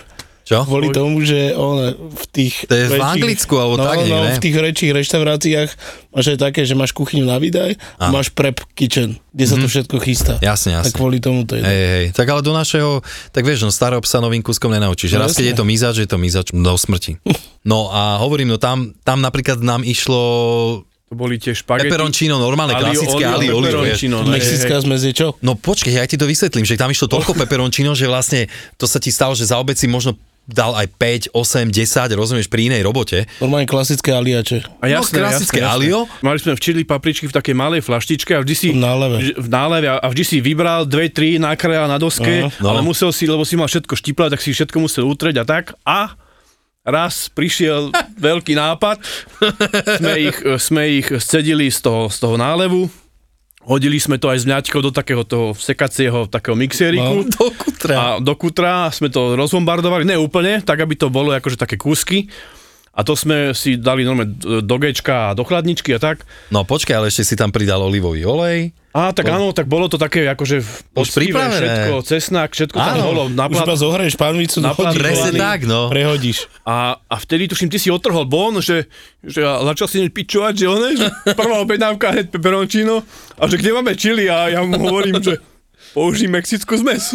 Čo? Kvôli tomu, že on v tých... To je v väčších- Anglicku alebo no, tak, nie, no, ne? v tých väčších reštauráciách máš aj také, že máš kuchyňu na výdaj a Áno. máš prep kitchen, kde sa to všetko chystá. Mhm. Jasne, A jasne. kvôli tomu to je. Hej, hej, tak ale do našeho, tak vieš, no starého psa novým kúskom No nenaučíš. Raz, jasné. keď je to mizač, je to mizač do smrti. No a hovorím, no tam, tam napríklad nám išlo To boli tie špagety. peperoncino, normálne, Alio klasické olio, ali olio, vieš. peperoncino, no, hej, hej. Mexická zmes je čo? No počkej, ja ti to vysvetlím, že tam išlo toľko peperončino, že vlastne to sa ti stalo, že za obec si možno dal aj 5, 8, 10, rozumieš, pri inej robote. Normálne klasické aliače. A No, jasné, klasické jasné, jasné. alio. Mali sme v čili papričky v takej malej flaštičke a vždy si... V náleve. ž- V náleve a a vždy si vybral dve, tri, nakrajal na doske, Aha. no. ale No. musel si, lebo si mal všetko štiplať, tak si všetko musel utreť a tak. A raz prišiel veľký nápad, sme ich, e, sme ich scedili z toho, z toho nálevu, hodili sme to aj s mňaťkou do takého toho sekacieho takého No. mixeriku. Do kutra. A do kutra sme to rozbombardovali, ne úplne, tak aby to bolo akože také kúsky. A to sme si dali normálne d- do gečka a do chladničky a tak. No počkaj, ale ešte si tam pridal olivový olej. A tak áno, tak bolo to také akože poctivé pripravené. všetko, cesnak, všetko tam Áno, bolo na Už plat. iba zohraješ panvicu, Na dohodíš plat- Presne Olej. olej, tak, no. prehodíš. A, a vtedy tuším, ty si otrhol bon, že, že a začal si hneď pičovať, že one, že prvá objednávka hneď peperončino a že kde máme čili a ja mu hovorím, že použij mexickú zmes.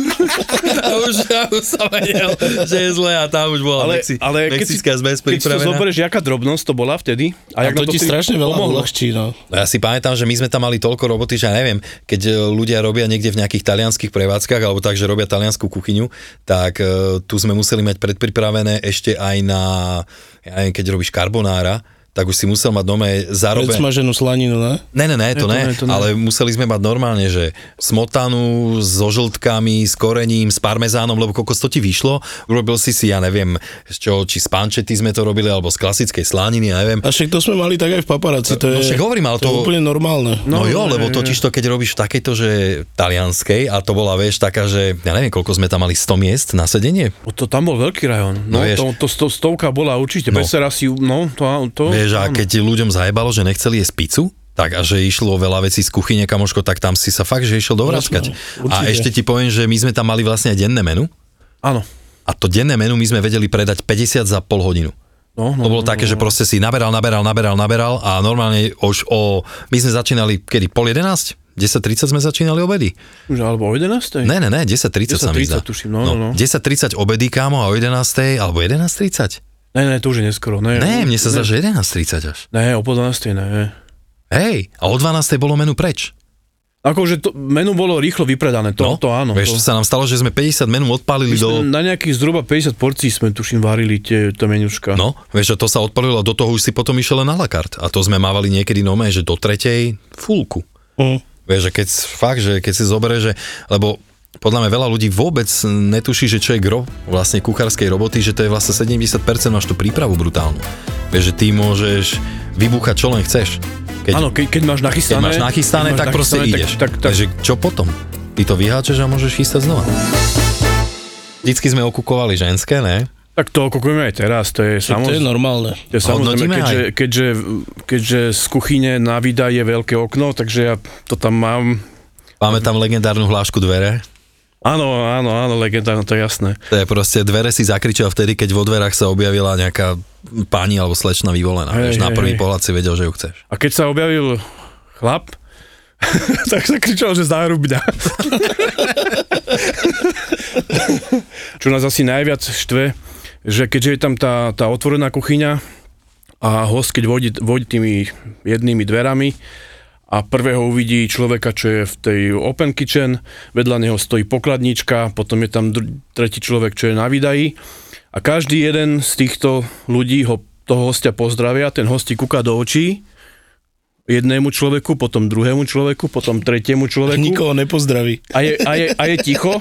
A už, ja už som vedel, že je zle a tam už bola Mexi, mexická zmes keď si to pripravená. zoberieš, jaká drobnosť to bola vtedy. A, jak to nám ti vtedy strašne veľa uľahčí, no. No Ja si pamätám, že my sme tam mali toľko roboty, že ja neviem, keď e, ľudia robia niekde v nejakých talianských prevádzkach alebo tak, že robia taliansku kuchyňu, tak e, tu sme museli mať predpripravené ešte aj na, ja neviem, keď robíš karbonára, tak už si musel mať doma zarobené. Predsmaženú slaninu, ne? Ne, ne, ne, to, ne, to ne, to ne, ale museli sme mať normálne, že smotanu so žltkami, s korením, s parmezánom, lebo kokos to ti vyšlo, urobil si si, ja neviem, z čoho, či z pančety sme to robili, alebo z klasickej slaniny, ja neviem. A však to sme mali tak aj v paparáci, to No je, však hovorím, ale to je to- úplne normálne. No, no jo, lebo totiž to, keď robíš v takejto, že talianskej, a to bola, vieš, taká, že, ja neviem, koľko sme tam mali, 100 miest na sedenie, O, To tam bol veľký rajon. No No, vieš. to, to, sto, stovka bola určite. No. No. Besera si, no, to, to Vieš, a áno. keď ľuďom zajebalo, že nechceli jesť pizzu, tak a že išlo veľa vecí z kuchyne, kamoško, tak tam si sa fakt, že išiel dovrackať. A určite. ešte ti poviem, že my sme tam mali vlastne aj denné menu Áno. a to denné menu my sme vedeli predať 50 za pol hodinu. No, No, to bolo také, že proste si naberal, naberal, naberal, naberal a normálne už o... My sme začínali, kedy, pol 11? 10.30 sme začínali obedy. Už, alebo o 11. Ne, ne, ne, 10.30 sa mi zdá. 10.30 tuším, no, no, no. 10.30 obedy, kámo, a o 11.00 alebo 11.30? Ne, ne, to už je neskoro. Ne, Ne, mne sa zdá, že 11.30 až. Ne, o 12. ne. Hej, a o 12.00 bolo menu preč. Akože to, menu bolo rýchlo vypredané, to, to áno. No, Vieš, to, to sa nám stalo, že sme 50 menú odpálili my do... sme na nejakých zhruba 50 porcií sme tuším varili tie, to menuška. No, vieš, že to sa odpálilo a do toho už si potom išiel len na la carte. A to sme mávali niekedy nome, že do tretej fulku. Mhm. Mm. Vieš, že keď, fakt, že keď si zobere, že... Lebo podľa mňa veľa ľudí vôbec netuší, že čo je gro vlastne kuchárskej roboty, že to je vlastne 70% máš tú prípravu brutálnu. Vieš, že ty môžeš vybúchať čo len chceš. Keď, Áno, ke, keď máš keď nachystané, máš nachystané, keď máš tak proste nachystané, ideš. Tak, tak, tak, Takže čo potom? Ty to vyháčeš a môžeš chystať znova. Vždycky sme okukovali ženské, ne? tak to okukujeme aj teraz, to Však to je je samozrejme. normálne. To je samozrejme, Hodnotíme keďže, keďže, keďže z kuchyne na výdaj je veľké okno, takže ja to tam mám. Máme tam legendárnu hlášku dvere. Áno, áno, áno, legendárne, to je jasné. To je proste, dvere si zakričal vtedy, keď vo dverách sa objavila nejaká pani alebo slečna vyvolená. Hej, Hej, vieš, na hej, prvý hej. pohľad si vedel, že ju chceš. A keď sa objavil chlap, tak sa kričal, že zárubňa. Čo nás asi najviac štve, že keďže je tam tá, tá otvorená kuchyňa a host, keď vojde, vojde tými jednými dverami a prvého uvidí človeka, čo je v tej open kitchen, vedľa neho stojí pokladnička, potom je tam dru- tretí človek, čo je na výdaji a každý jeden z týchto ľudí ho toho hostia pozdravia, ten hosti kúka do očí jednému človeku, potom druhému človeku, potom tretiemu človeku. Nikoho nepozdraví. A je, a je, a je ticho,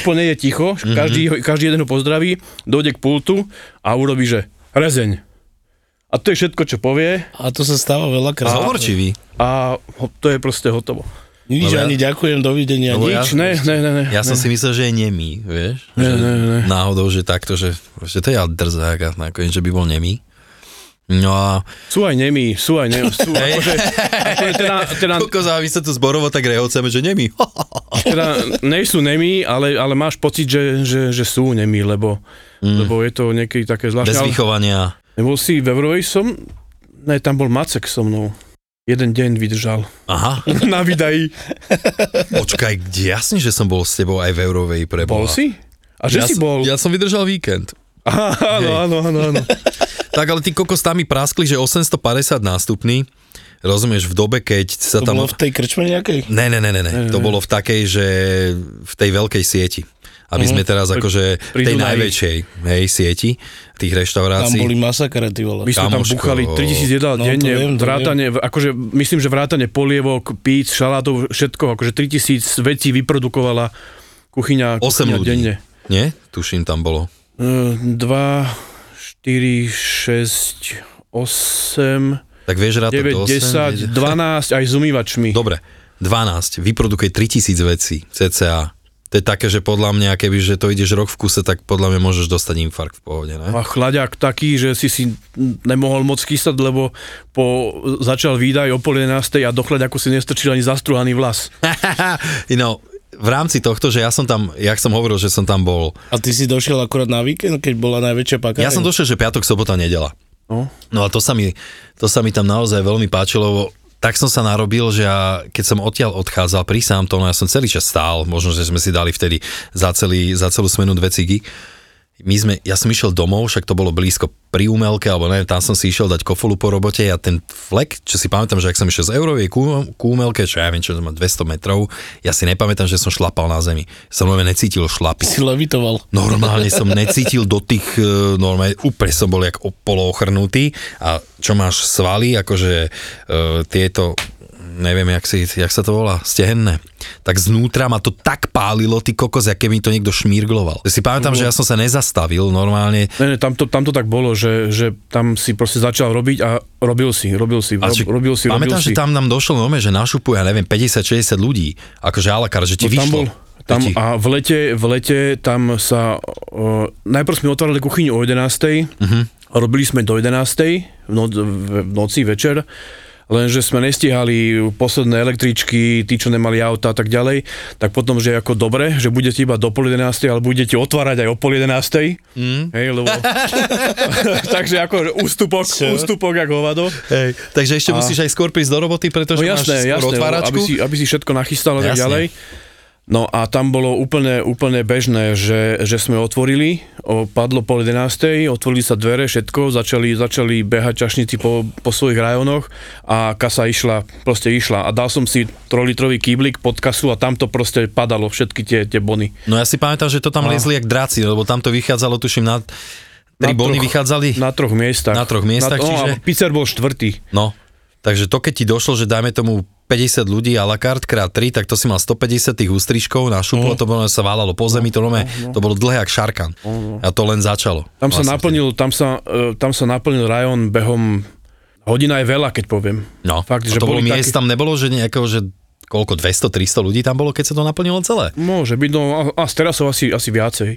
úplne je ticho, Mhm. každý, ho- každý jeden ho pozdraví, dojde k pultu a urobí, že rezeň. A to je všetko, čo povie A to sa stáva veľakrát. Zhovorčivý. a ho, to je proste hotovo. Nič, Lebo ja- ani ďakujem, dovidenia, Lebo nič. No, ja- Nič, ne, ne, ne, ne. Ja som ne. si myslel, že je nemý, vieš? Ne, že ne, ne. Náhodou, že takto, že, že to je ja drzák a nakoniec, že by bol nemý. No a Sú aj nemí, sú aj nemí, sú akože, akože teda, teda, koľko závisí to zborovo, tak rehoceme, že nemí. teda nejsú nemí, ale, ale máš pocit, že, že, že sú nemí, lebo, mm. lebo je to niekedy také zvláštne. Mhm. Bez ale- vychovania. Nebol si v som? Ne, tam bol Macek so mnou. Jeden deň vydržal. Aha, Na výdaji. počkaj, kde- jasne, že som bol s tebou aj v Eurovej pre Bol Boha. si? A že ja, si som- bol? Ja som vydržal víkend. Aha, áno, Hej. áno, áno, áno. Tak ale tí kokos tam mi praskli, že 850 nástupný, rozumieš, v dobe, keď sa To tam... bolo v tej krčme nejakej? Ne, ne, ne, ne, ne, to bolo v takej, že v tej veľkej sieti. Aby sme teraz akože v pri tej Dunaji. najväčšej hej, sieti tých Tam reštaurácií. boli masakre, ty vole. My sme tam Kamoško. buchali 3000 jedál No, to denne, viem, to vrátane, akože myslím, že vrátane polievok, píc, šalátov, všetko, akože 3000 vecí vyprodukovala 8 kuchyňa, kuchyňa ľudí. denne. Hm, Nie? Tuším, tam bolo. 2, 4, 6, 8, Tak vieš rád 9, 10, 12 aj s umývačmi. Dobre, 12, vyprodukuje 3000 vecí, cca. To je také, že podľa mňa, keby že to ideš rok v kuse, tak podľa mňa môžeš dostať infarkt v pohode, ne? A chlaďák taký, že si si nemohol moc kysať, lebo po, začal výdaj o pol 11 a do chlaďaku si nestrčil ani zastruhaný vlas. no, v rámci tohto, že ja som tam, jak som hovoril, že som tam bol, A ty si došiel akurát na víkend, keď bola najväčšia pakáreň? ja som došiel, že piatok, sobota, nedela. No. No a to sa mi, to sa mi tam naozaj veľmi páčilo, lebo tak som sa narobil, že ja, keď som odtiaľ odchádzal pri sám to, no ja som celý čas stál, možno, že sme si dali vtedy za, celý, za celú smenu dve cigy. My sme, ja som išiel domov, však to bolo blízko pri umelke, alebo neviem, tam som si išiel dať kofolu po robote a ten flek, čo si pamätám, že ak som išiel z Eurovie ku, ku umelke, čo ja viem, čo to má 200 metrov, ja si nepamätám, že som šlapal na zemi. Som len necítil šlapy. Si levitoval. Normálne som necítil do tých, e, normálne úplne som bol jak o- poloochrnutý a čo máš svaly, akože e, tieto, neviem, jak, si, jak sa to volá, stehenné, tak znútra ma to tak pálilo, ty kokos, aké mi to niekto šmírgloval. Si pamätám, že ja som sa nezastavil normálne, Ne, ne, tam, to, tam to tak bolo, že, že tam si proste začal robiť a robil si, robil si, A rob, či- robil si, robil pamätám, že si. tam nám došlo nome, že našupuje, ja neviem, 50-60 ľudí, akože a la carte, že ti No, tam vyšlo. bol, tam, Že ti- a v lete, v lete tam sa, o, najprv sme otvárali kuchyňu o Mhm. 11. Uh-huh. A robili sme do 11. V, noc, v, v noci, večer. Lenže sme nestíhali posledné električky, tí, čo nemali auta a tak ďalej, tak potom, že ako dobre, že budete iba do pol 11. ale budete otvárať aj o pol Mhm. 11. Mm. Hej, lebo... Takže ako že ústupok, ústupok ako hovado. Hej, takže ešte a... musíš aj skôr prísť do roboty, pretože No máš jasné, skôr jasné, otváračku. aby si, aby si všetko nachystal a tak Jasné. ďalej. No a tam bolo úplne, úplne bežné, že, že sme otvorili, o, padlo pol 11, otvorili sa dvere, všetko, začali, začali behať čašníci po, po svojich rajónoch a kasa išla, proste išla. A dal som si trolitrový kýblik pod kasu a tam to proste padalo, všetky tie, tie bony. No ja si pamätám, že to tam liezli jak draci, lebo tam to vychádzalo, tuším, na... Tri Na bony troch- vychádzali? Na troch miestach. Na troch miestach, no, čiže- a Picer bol štvrtý. No. Takže to, keď ti došlo, že dajme tomu 50 ľudí a la carte krát 3, tak to si mal 150 tých ústričkov na Mhm. šuplo, to bolo, sa válalo po zemi, to, nome, to bolo dlhé jak šarkan. A to len začalo. Mhm. Tam sa, Vlastne vtedy. naplnil, tam, sa, e, tam sa naplnil rajón behom hodina je veľa, keď poviem. No, Fakt, a že to bolo boli miest, také- tam nebolo, že nejakého, že koľko, 200-300 ľudí tam bolo, keď sa to naplnilo celé. Môže byť, no a, a z terasov asi, asi viacej.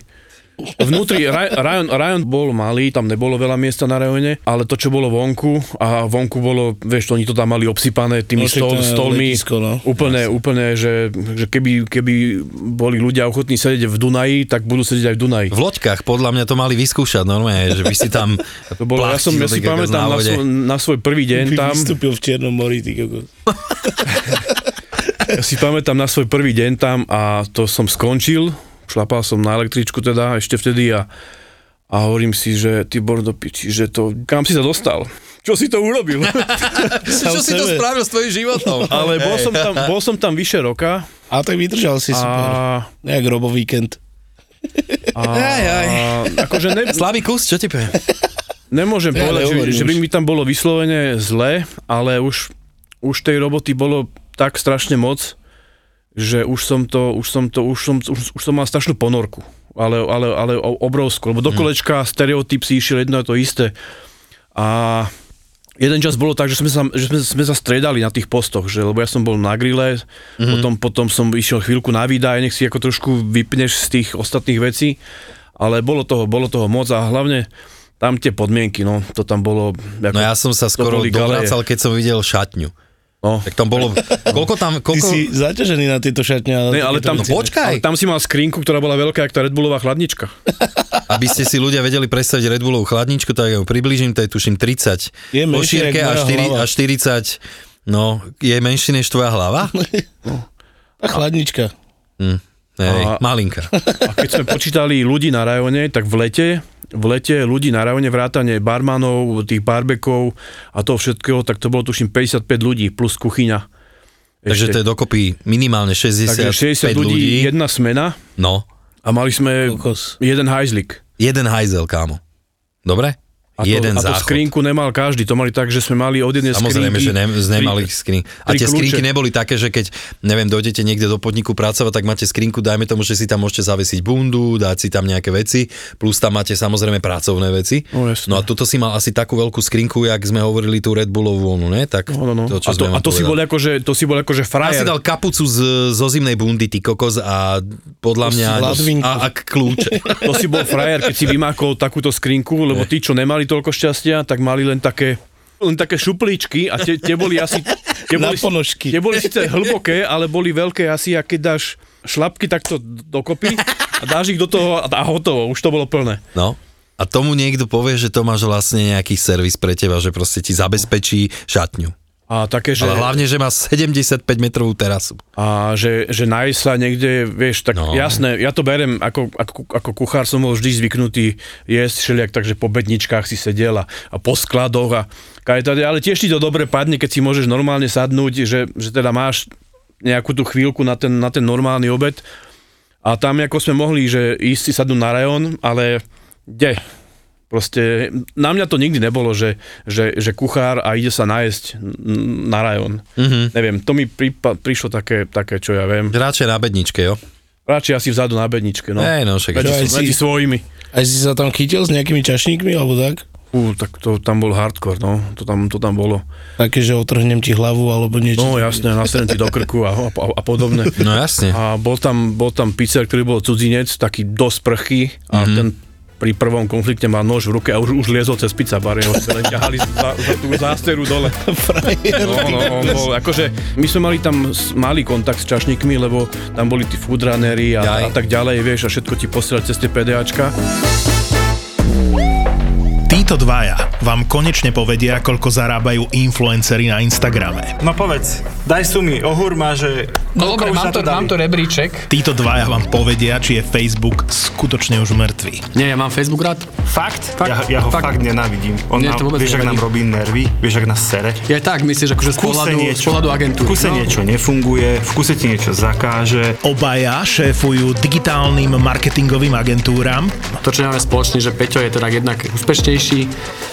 Vnútri, raj- rajon, rajon bol malý, tam nebolo veľa miesta na rajone, ale to, čo bolo vonku, a vonku bolo, vieš, oni to tam mali obsypané No, tými však stol, to je stolmi, letisko, no. úplne, úplne, že, že keby, keby boli ľudia ochotní sedieť v Dunaji, tak budú sedieť aj v Dunaji. V loďkách podľa mňa to mali vyskúšať normálne, že by si tam To bolo, ja, som, ja si plachtil pamätám na, na vode. svoj, na svoj prvý deň By tam, vystúpil v Čiernom mori, ty kokos. ja si pamätám na svoj prvý deň tam a to som skončil, šlapal som na električku teda ešte vtedy a, a hovorím si, že Tibor do piči, že to, kam si sa dostal? Čo si to urobil? Čo si to sebe. spravil s tvojim životom? Ale bol som tam, bol som tam vyše roka A tak vydržal si super. a, Nejak robo víkend. a, a akože ne, Slabý kus, čo ti poviem? nemôžem Ja povedať, nehovorím že, že by už. mi tam bolo vyslovene zle, ale už, už tej roboty bolo tak strašne moc, že už som to, už som to, už som, už, už som mal strašnú ponorku, ale, ale, ale o- Mhm. obrovskú, lebo do kolečka stereotyp si išiel jedno a to isté. A jeden čas bolo tak, že sme sa, že sme, sme sa stredali na tých postoch, že, lebo ja som bol na grille, mm-hmm. Mhm. potom, potom som išiel chvíľku na výdaj, nech si ako trošku vypneš z tých ostatných vecí, ale bolo toho, bolo toho moc a hlavne Tam tie podmienky, no, to tam bolo... Ako, No ja som sa to skoro boli galerie. dovracal, keď som videl šatňu. No. Tak tam bolo, koľko tam, Ty koľko... si zaťažený na tieto šatne. Ale Ne, ale tam, No počkaj, ale tam si mal skrinku, ktorá bola veľká, jak tá Red Bullová chladnička. aby ste si ľudia vedeli predstaviť Red Bullovú chladničku, tak ja ju priblížim, to je tuším 30 Je po menšie, šírke jak a, moja 4, hlava. a 40, no, je menší než tvoja hlava? A chladnička. Hej, A- malinka. A keď sme počítali ľudí na rajone, tak v lete, v lete ľudí na rajone, vrátane barmanov, tých barbekov a toho všetkého, tak to bolo tuším 55 ľudí plus kuchyňa. Takže to je dokopy minimálne 65 Takže 60 ľudí, ľudí, ľudí. jedna smena No, a mali sme Kokos. jeden hajzlik. jeden hajzel, kámo. Dobre? A to, jeden a to záchod. skrinku nemal každý, to mali tak, že sme mali od jednej Samozrejme, skrinky. že ne, z nemalých skrín. A tri tie kľúče. skrinky neboli také, že keď, neviem, dojdete niekde do podniku pracovať, tak máte skrinku, dajme tomu, že si tam môžete zavesiť bundu, dať si tam nejaké veci, plus tam máte samozrejme pracovné veci. No, jasné. no a tuto si mal asi takú veľkú skrinku, jak sme hovorili tú Red Bullovú, onu, ne? Tak No, no, no. to, To, čo a to, sme a vám to, si povedali. bol akože, to si bol akože Ja frajer. si dal kapucu z, zo zimnej bundy, ty kokos, a podľa mňa... ladvinku. A, a kľúče. To si bol frajer, keď si vymákol takúto skrinku, lebo tí, čo nemali toľko šťastia, tak mali len také len také šuplíčky a tie, tie boli asi... Tie Na boli, ponožky. Tie boli síce hlboké, ale boli veľké asi, a keď dáš šlapky takto dokopy a dáš ich do toho a, a hotovo, už to bolo plné. No. A tomu niekto povie, že to máš vlastne nejaký servis pre teba, že proste ti zabezpečí šatňu. A také, že... Ale hlavne, že má 75 metrovú terasu. A že, že nájsť sa niekde, vieš, tak No. no. jasné, ja to berem, ako, ako, ako kuchár som bol vždy zvyknutý jesť všelijak, takže po bedničkách si sedel a, a po skladoch a kaj tady, ale tiež ti to dobre padne, keď si môžeš normálne sadnúť, že, že teda máš nejakú tú chvíľku na ten, na ten normálny obed a tam ako sme mohli, že ísť si sadnúť na rajón, ale kde? Proste na mňa to nikdy nebolo, že, že, že kuchár a ide sa nájsť mm, na rajón. Mhm. Neviem, to mi pripa- prišlo také, také, čo ja viem. Radšej na bedničke, jo? Radšej asi vzadu na bedničke, no. Ej, no však. medzi, čo aj medzi si- svojimi. A si sa tam chytil s nejakými čašníkmi, alebo tak? Ú, tak to tam bol hardcore, no. To tam, to tam bolo. Také, že otrhnem ti hlavu, alebo niečo. No jasné, nasadím ti do krku a, a, a podobné. No jasne. A bol tam, bol tam pizzer, ktorý bol cudzinec, taký dosť prchý a mm-hmm. ten pri prvom konflikte mal nôž v ruke a už, už liezol cez pizza bar, jeho len ťahali za, za tú zásteru dole. No, no, on bol, akože, my sme mali tam s- malý kontakt s čašníkmi, lebo tam boli tí foodrunnery Jaj. a, a tak ďalej, vieš, a všetko ti posielať cez tie PDAčka. Títo dvaja vám konečne povedia, koľko zarábajú influencery na Instagrame. No povedz, daj sumy, ohurma, že... No dobre, koľko už mám za to, mám dali? to rebríček. Títo dvaja vám povedia, či je Facebook skutočne už mŕtvy. Nie, ja mám Facebook rád. Fakt? fakt? Ja, ja ho fakt, fakt nenávidím. On Mne nám, to vôbec vieš, ak nám nevadí. robí nervy, vieš, ak nás sere. Ja aj tak myslíš, akože z V kuse pohľadu, z niečo- pohľadu agentúry. V kuse no. niečo nefunguje, v kuse ti niečo zakáže. Obaja šéfujú digitálnym marketingovým agentúram, To, čo máme spoločne, že Peťo je teda jednak úspešnejší,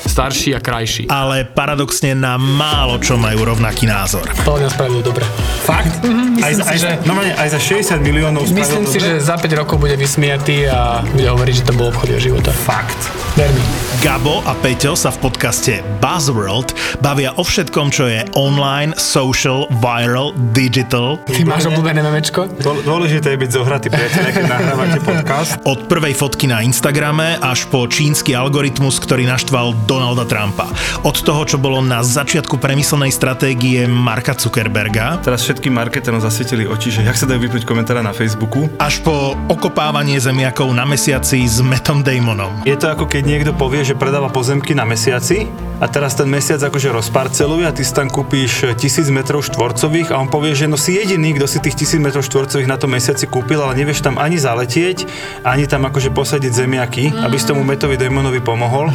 starší a krajší. A ale paradoxne na málo čo majú rovnaký názor. to nás spravilo dobre. Fakt? Mhm, Aj, myslím za- si, aj, že... za- normálne, aj za 60 miliónov spravil Myslím si, dobre. že za 5 rokov bude vysmiatý a bude hovoriť, že to bol obchod jeho života. Fakt. Vermi. Gabo a Peťo sa v podcaste Buzzworld bavia o všetkom, čo je online, social, viral, digital. Ty máš obľúbené memečko? Dô- Dôležité je byť zohratý priateľ, keď nahrávate podcast. Od prvej fotky na Instagrame až po čínsky algoritmus, ktorý naštval Donalda Trumpa. Od toho, čo bolo na začiatku premyslenej stratégie Marka Zuckerberga, Teraz všetkým marketerom zasvietili oči, že jak sa dajú vypnúť komentára na Facebooku. až po okopávanie zemiakov na mesiaci s Metom Damonom. Je to ako keď niekto povie, že predáva pozemky na mesiaci a teraz ten mesiac akože rozparceluje a ty si tam kúpíš tisíc metrov štvorcových a on povie, že no si jediný, kto si tých tisíc metrov štvorcových na tom mesiaci kúpil, ale nevieš tam ani zaletieť, ani tam akože posadiť zemiaky, aby si tomu metovi démonovi pomohol.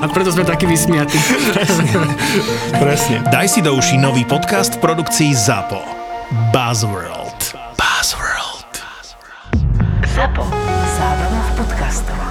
A preto sme takí vysmiatí. Presne. Daj si do uší nový podcast v produkcii ZAPO. Buzzworld. Buzzworld. Zapo. Zábrná v podcastovách.